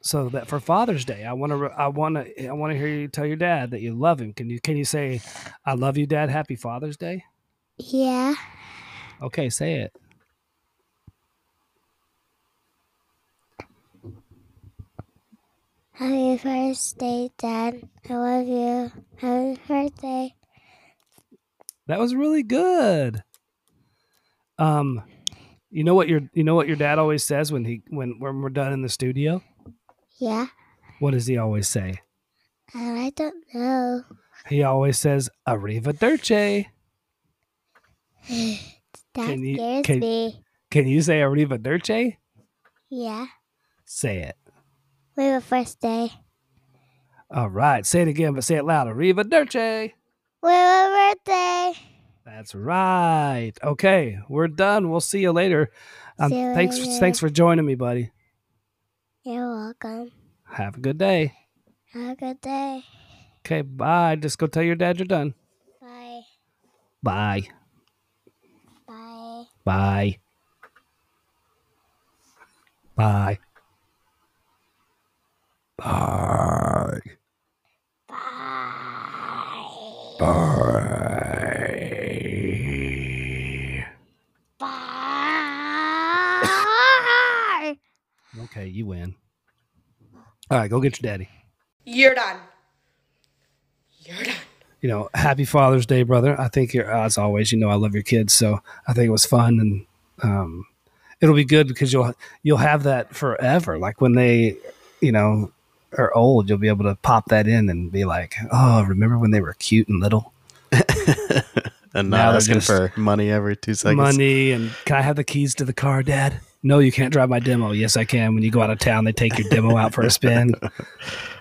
A: so that for Father's Day, I want to I want to I want to hear you tell your dad that you love him. Can you can you say, "I love you, Dad. Happy Father's Day."
C: Yeah.
A: Okay, say it.
C: Happy birthday, Dad. I love you. Happy birthday.
A: That was really good. Um, you know what your you know what your dad always says when he when when we're done in the studio.
C: Yeah.
A: What does he always say?
C: And I don't know.
A: He always says "Arrivederci."
C: That
A: Can you-
C: scares
A: can-
C: me.
A: Can you say "Arrivederci"?
C: Yeah.
A: Say it.
C: We have a first day.
A: All right, say it again, but say it loud. Arrivederci.
C: We have a birthday.
A: That's right. Okay, we're done. We'll see you later. Um,
C: See you
A: thanks,
C: later.
A: thanks for joining me, buddy.
C: You're welcome.
A: Have a good day.
C: Have a good day.
A: Okay, bye. Just go tell your dad you're done.
C: Bye.
A: Bye.
C: Bye.
A: Bye. Bye. Bye.
C: Bye.
A: Bye.
C: Bye.
A: Okay, you win. All right, go get your daddy.
E: You're done. You're done.
A: You know, happy Father's Day, brother. I think you're, as always, you know, I love your kids. So I think it was fun and um, it'll be good because you'll, you'll have that forever. Like when they, you know, are old, you'll be able to pop that in and be like, oh, remember when they were cute and little?
B: And
A: Now
B: not
A: they're
B: asking
A: just-
B: for money every two seconds.
A: money and can I have the keys to the car, Dad? No, you can't drive my demo. Yes, I can. When you go out of town, they take your demo out for a spin.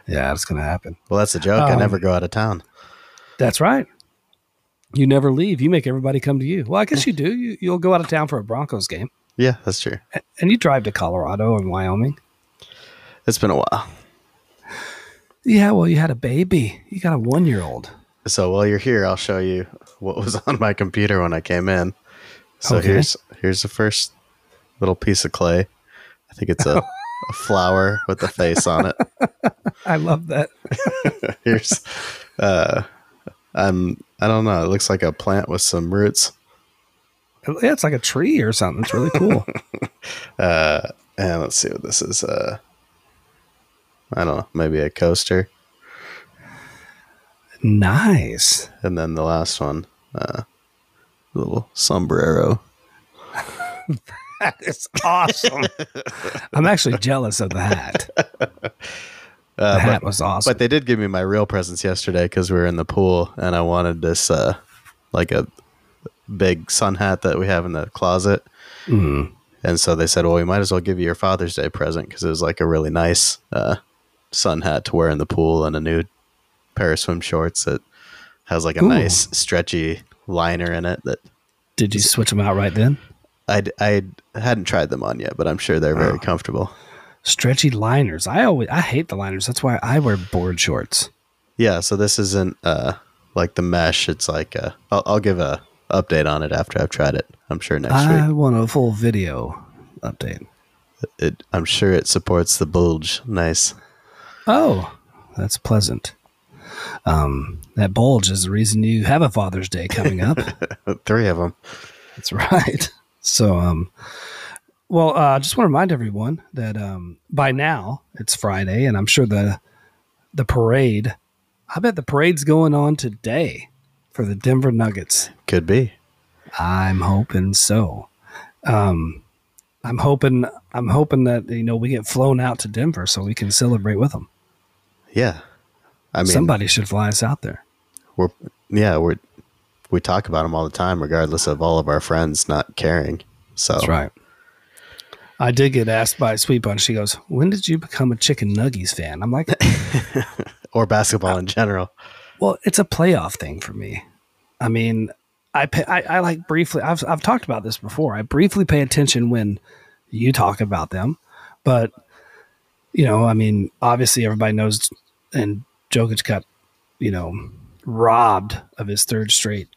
A: yeah, that's gonna happen.
B: Well, that's a joke. I
A: Um,
B: never go out of town.
A: That's right. You never leave. You make everybody come to you. Well, I guess you do. You, you'll go out of town for a Broncos game,
B: Yeah, that's true.
A: and you drive to Colorado and Wyoming.
B: It's been a while.
A: Yeah, well, you had a baby. You got a one-year-old.
B: So while you're here, I'll show you what was on my computer when I came in. So
A: Okay.
B: here's here's the first little piece of clay. I think it's a, a flower with a face on it.
A: I love that.
B: Here's uh I'm I don't know, it looks like a plant with some roots.
A: Yeah, it's like a tree or something. It's really cool.
B: Uh and let's see what this is. Uh I don't know, maybe a coaster.
A: nice.
B: And then the last one, uh little sombrero.
A: That is awesome. I'm actually jealous of the hat.
B: Uh,
A: The
B: but-
A: hat was awesome.
B: But they did give me my real presents yesterday because we were in the pool and I wanted this, uh, like a big sun hat that we have in the closet.
A: Mm.
B: And so they said, well, we might as well give you your Father's Day present because it was like a really nice uh, sun hat to wear in the pool and a new pair of swim shorts that has like a
A: Ooh.
B: nice stretchy liner in it that
A: Did you switch them out right then?
B: I'd, I hadn't tried them on yet, but I'm sure they're very comfortable.
A: Stretchy liners. I always I hate the liners. That's why I wear board shorts.
B: Yeah, so this isn't uh, like the mesh. It's like uh, I'll, I'll give a update on it after I've tried it. I'm sure next
A: I
B: week.
A: want a full video update.
B: It, I'm sure it supports the bulge. Nice.
A: Oh, that's pleasant. Um, that bulge is the reason you have a Father's
B: Uh,
A: Day coming up.
B: Three of them.
A: that's right. So, um, Well, I uh, just want to remind everyone that um, by now it's Friday, and I'm sure the the parade. I bet the parade's going on today for the Denver Nuggets.
B: Could be.
A: I'm hoping so. Um, I'm hoping. I'm hoping that you know we get flown out to Denver so we can celebrate with them.
B: Yeah. I mean,
A: Somebody should fly us out there.
B: we're yeah we're we talk about them all the time, regardless of all of our friends not caring. So
A: That's right. I did get asked by Sweet Bun. She goes, "When did you become a Chicken Nuggies fan?" I'm like,
B: or basketball in general.
A: Well, it's a playoff thing for me. I mean, I pay, I, I like briefly. I've I've talked about this before. I briefly pay attention when you talk about them, but you know, I mean, obviously everybody knows, and Jokic got you know robbed of his third straight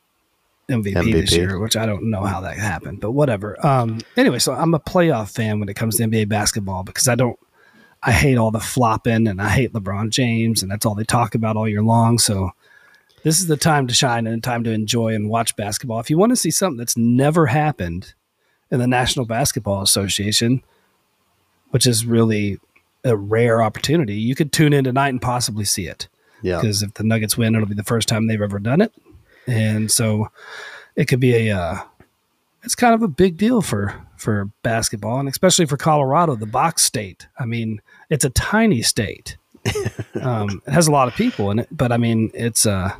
A: MVP, this
B: MVP.
A: year, which I don't know how that happened, but whatever. Um, anyway, so I'm a playoff fan when it comes to NBA basketball because I don't. I hate all the flopping and I hate LeBron James and that's all they talk about all year long. So this is the time to shine and time to enjoy and watch basketball. If you want to see something that's never happened in the National Basketball Association, which is really a rare opportunity, you could tune in tonight and possibly see it.
B: Yeah.
A: Because if the Nuggets win, it'll be the first time they've ever done it, and so it could be a. Uh, it's kind of a big deal for for basketball, and especially for Colorado, the box state. I mean, it's a tiny state. um, it has a lot of people in it, but I mean, it's uh,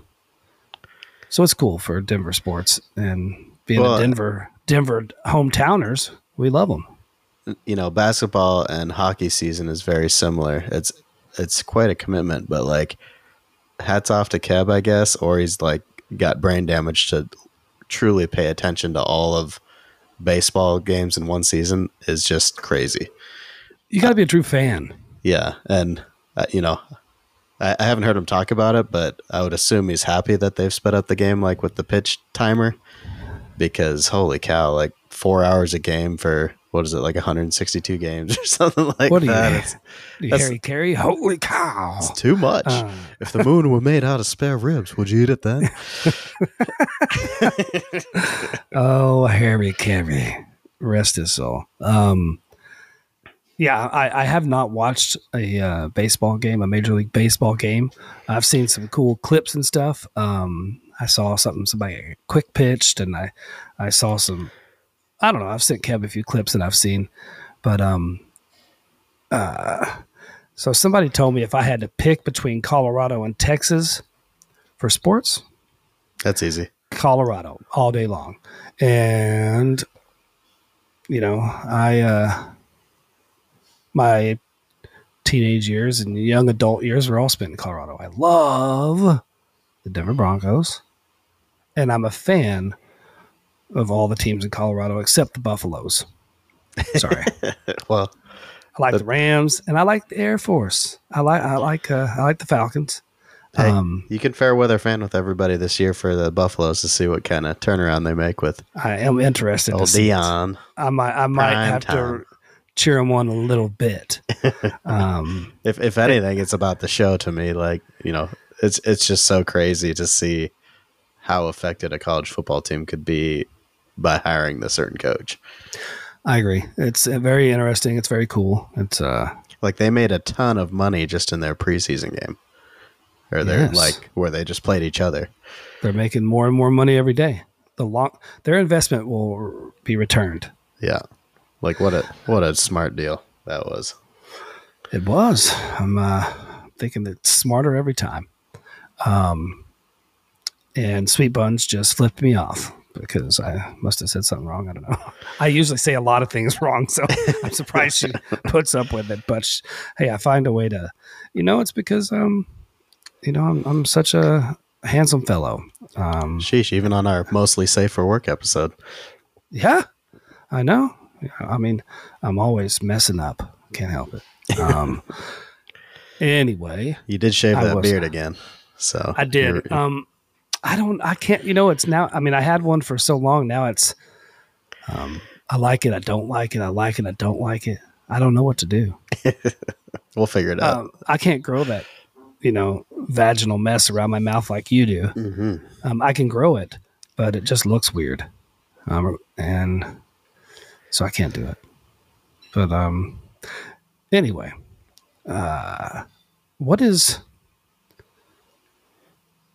A: so it's cool for Denver sports and being
B: Well, uh,
A: a Denver Denver hometowners. We love them.
B: you know, basketball and hockey season is very similar. It's it's quite a commitment, but like hats off to Keb, I guess, or he's like got brain damage to truly pay attention to all of baseball games in one season is just crazy.
A: You got to be a true fan.
B: Yeah, and uh, you know, I, I haven't heard him talk about it, but I would assume he's happy that they've sped up the game, like with the pitch timer, because holy cow, like four hours a game for what is it, like 162 games or something like
A: What are you-
B: that? It's, That's-
A: Harry Carey, holy cow!
B: it's too much.
A: Uh,
B: if the moon were made out of spare ribs, would you eat it then?
A: Oh, Harry Carey, rest his soul. Um, yeah, I, I have not watched a uh, baseball game, a major league baseball game. I've seen some cool clips and stuff. Um, I saw something somebody quick pitched, and I I saw some. I don't know. I've sent Kev a few clips that I've seen, but um, uh, so somebody told me if I had to pick between Colorado and Texas for sports,
B: That's easy.
A: Colorado all day long. And you know, I uh my teenage years and young adult years were all spent in Colorado. I love the Denver Broncos. And I'm a fan of all the teams in Colorado except the Buffaloes. Sorry.
B: Well,
A: I like the Rams and I like the Air Force. I like I like uh, I like the Falcons.
B: Hey.
A: Um
B: you can fair weather fan with everybody this year for the Buffaloes to see what kind of turnaround they make with
A: I am interested to
B: old
A: see it.
B: Dion.
A: I might I might
B: Prime
A: have
B: time.
A: to cheer him on a little bit. um,
B: If if anything, it's about the show to me. Like you know, it's it's just so crazy to see how affected a college football team could be by hiring the certain coach.
A: I agree. It's uh, very interesting. It's very cool. It's uh
B: Like they made a ton of money just in their preseason game, or their
A: Yes.
B: like where they just played each other.
A: they're making more and more money every day. The long their investment will r- be returned.
B: Yeah, like what a what a smart deal that was.
A: It was. I'm uh, thinking that it's smarter every time. Um, and Sweet Buns just flipped me off because I must have said something wrong. I don't know. I usually say a lot of things wrong, so I'm surprised she puts up with it. But sh hey, I find a way to, you know, it's because um, you know, I'm I'm such a handsome fellow. Um,
B: Sheesh! Even on our mostly safe for work episode,
A: yeah, I know. Yeah, I mean, I'm always messing up. Can't help it. Um, anyway.
B: you did shave
A: I
B: that
A: was-
B: beard again. So
A: I
B: you're-
A: did. Um, I don't. I can't. You know, it's now. I mean, I had one for so long. Now it's. Um, I like it. I don't like it. I like it. I don't like it. I don't know what to do.
B: we'll figure it out.
A: Um, I can't grow that, you know, vaginal mess around my mouth like you do.
B: hmm
A: Um, I can grow it, but it just looks weird, um, and so I can't do it. But um, anyway, uh, what is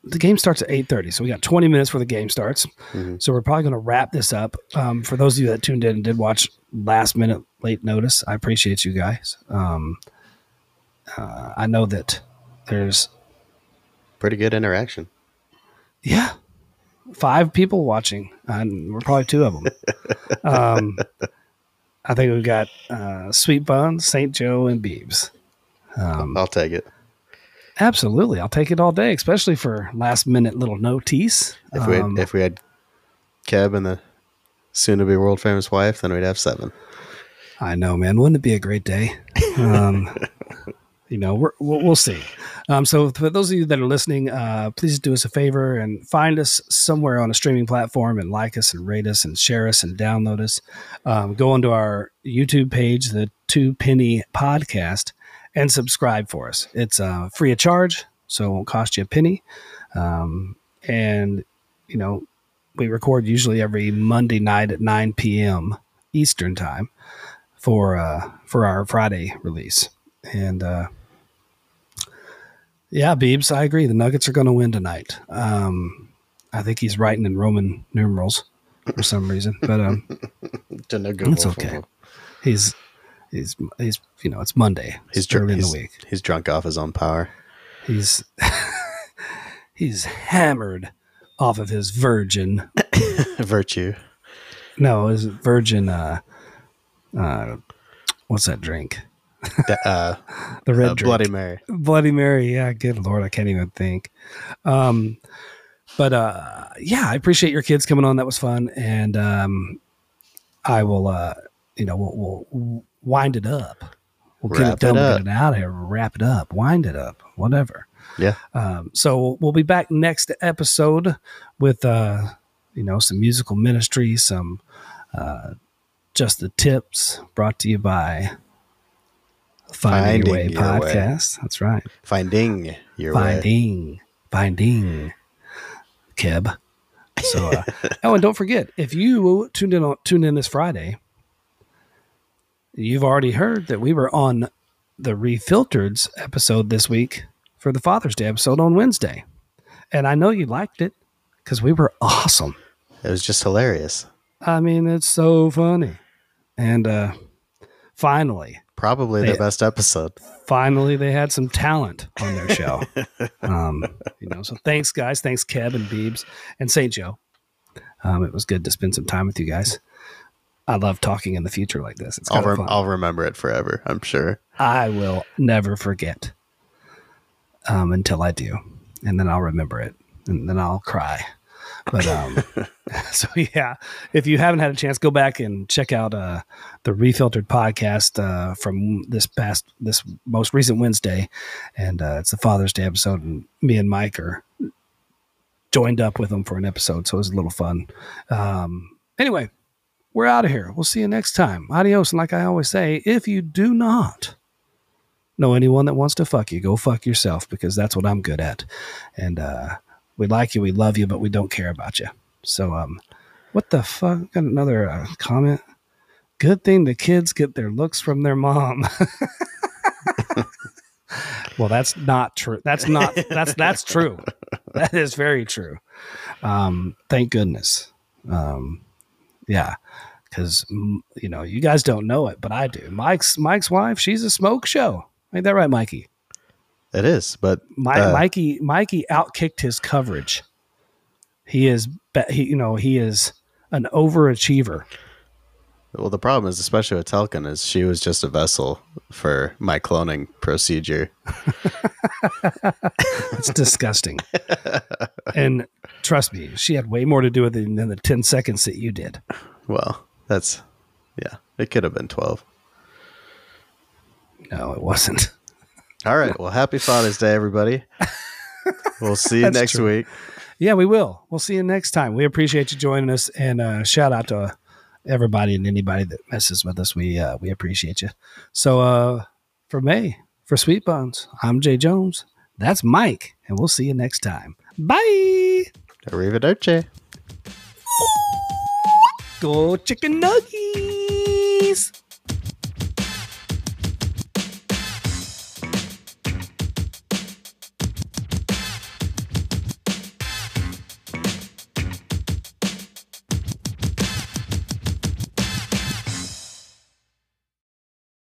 A: the game starts at eight thirty? So we got twenty minutes where the game starts.
B: Mhm.
A: So we're probably going to wrap this up. Um, for those of you that tuned in and did watch last minute late notice, I appreciate you guys. Um, uh, I know that there's
B: Pretty good interaction.
A: yeah. Five people watching, and we're probably two of them. um, I think we've got uh, Sweet Bun, St. Joe, and Beebs. Um,
B: I'll take it.
A: absolutely. I'll take it all day, especially for last minute little notice.
B: If we
A: Um,
B: had, if we had Keb and the soon to be world famous wife, then we'd have seven.
A: I know, man. Wouldn't it be a great day? Um, you know, we're, we'll, we'll see. Um, so, for those of you that are listening, uh, please do us a favor and find us somewhere on a streaming platform and like us and rate us and share us and download us. Um, go onto our YouTube page, the Two Penny Podcast, and subscribe for us. It's uh, free of charge, so it won't cost you a penny. Um, and, you know, we record usually every Monday night at 9 p.m. Eastern time for uh for our Friday release. And uh yeah, Beebs, I agree. The Nuggets are going to win tonight. Um I think he's writing in Roman numerals for some reason, but um
B: To no good
A: it's
B: world
A: okay.
B: famous.
A: He's he's he's you know, it's Monday.
B: He's
A: It's early
B: drunk.
A: in
B: He's,
A: the week.
B: he's drunk off his own power.
A: He's he's hammered off of his virgin.
B: Virtue.
A: No, his virgin uh uh what's that drink?
B: Da- uh,
A: The red
B: uh,
A: drink.
B: Bloody Mary.
A: Bloody Mary. Yeah, good lord, I can't even think. Um, but uh, yeah, I appreciate your kids coming on. That was fun, and um, I will, uh, you know, we'll, we'll wind it up. We'll get
B: Wrap
A: it
B: it
A: done, we'll
B: up.
A: get it out of here, wrap it up, wind it up, whatever.
B: Yeah.
A: Um, so we'll be back next episode with, uh, you know, some musical ministry, some uh, just the tips brought to you by Finding, Your Way
B: Finding Your Way.
A: podcast. That's right.
B: Finding your way.
A: Finding, finding, Keb. So, uh, oh, and don't forget if you tuned in on tuned in this Friday, you've already heard that we were on the Refiltereds episode this week for the Father's Day episode on Wednesday, and I know you liked it because we were awesome.
B: It was just hilarious.
A: I mean, it's so funny, and uh, finally,
B: Probably the
A: They-
B: best episode.
A: finally they had some talent on their show. um, you know, so thanks guys, thanks Keb and Beebs and St. Joe. Um, it was good to spend some time with you guys. I love talking in the future like this. It's
B: I'll,
A: kind of fun.
B: rem- I'll remember it forever, I'm sure.
A: I will never forget um, until I do, and then I'll remember it, and then I'll cry. But um, so yeah, if you haven't had a chance, go back and check out uh, the Refiltered podcast uh, from this past this most recent Wednesday, and uh, it's the Father's Day episode, and me and Mike are joined up with them for an episode, so it was a little fun. Um, anyway, we're out of here. We'll see you next time. Adios. And like I always say, if you do not know anyone that wants to fuck you, go fuck yourself because that's what I'm good at. And uh, we like you, we love you, but we don't care about you. So, um, what the fuck? Got another uh, comment. Good thing the kids get their looks from their mom. well, that's not true. That's not that's that's true. That is very true. Um, thank goodness. Um, yeah because mm, you know you guys don't know it, but I do. Mike's Mike's wife, she's a smoke show. Ain't that right, Mikey?
B: It is, but
A: My,
B: Uh.
A: Mikey Mikey outkicked his coverage. He is be- he you know he is an overachiever.
B: Well, the problem is, especially with Telkin, is she was just a vessel for my cloning procedure.
A: It's disgusting. and trust me, she had way more to do with it than the ten seconds that you did.
B: Well, that's yeah, it could have been twelve.
A: No, it wasn't.
B: All right. Well, happy Father's Day, everybody. We'll see you
A: That's
B: next
A: true.
B: week.
A: Yeah, we will. We'll see you next time. We appreciate you joining us, and uh, shout out to everybody and anybody that messes with us. We uh, we appreciate you. So uh, for May, for Sweet Buns, I'm Jay Jones. That's Mike, and we'll see you next time. Bye.
B: Arrivederci.
A: Go chicken nuggies.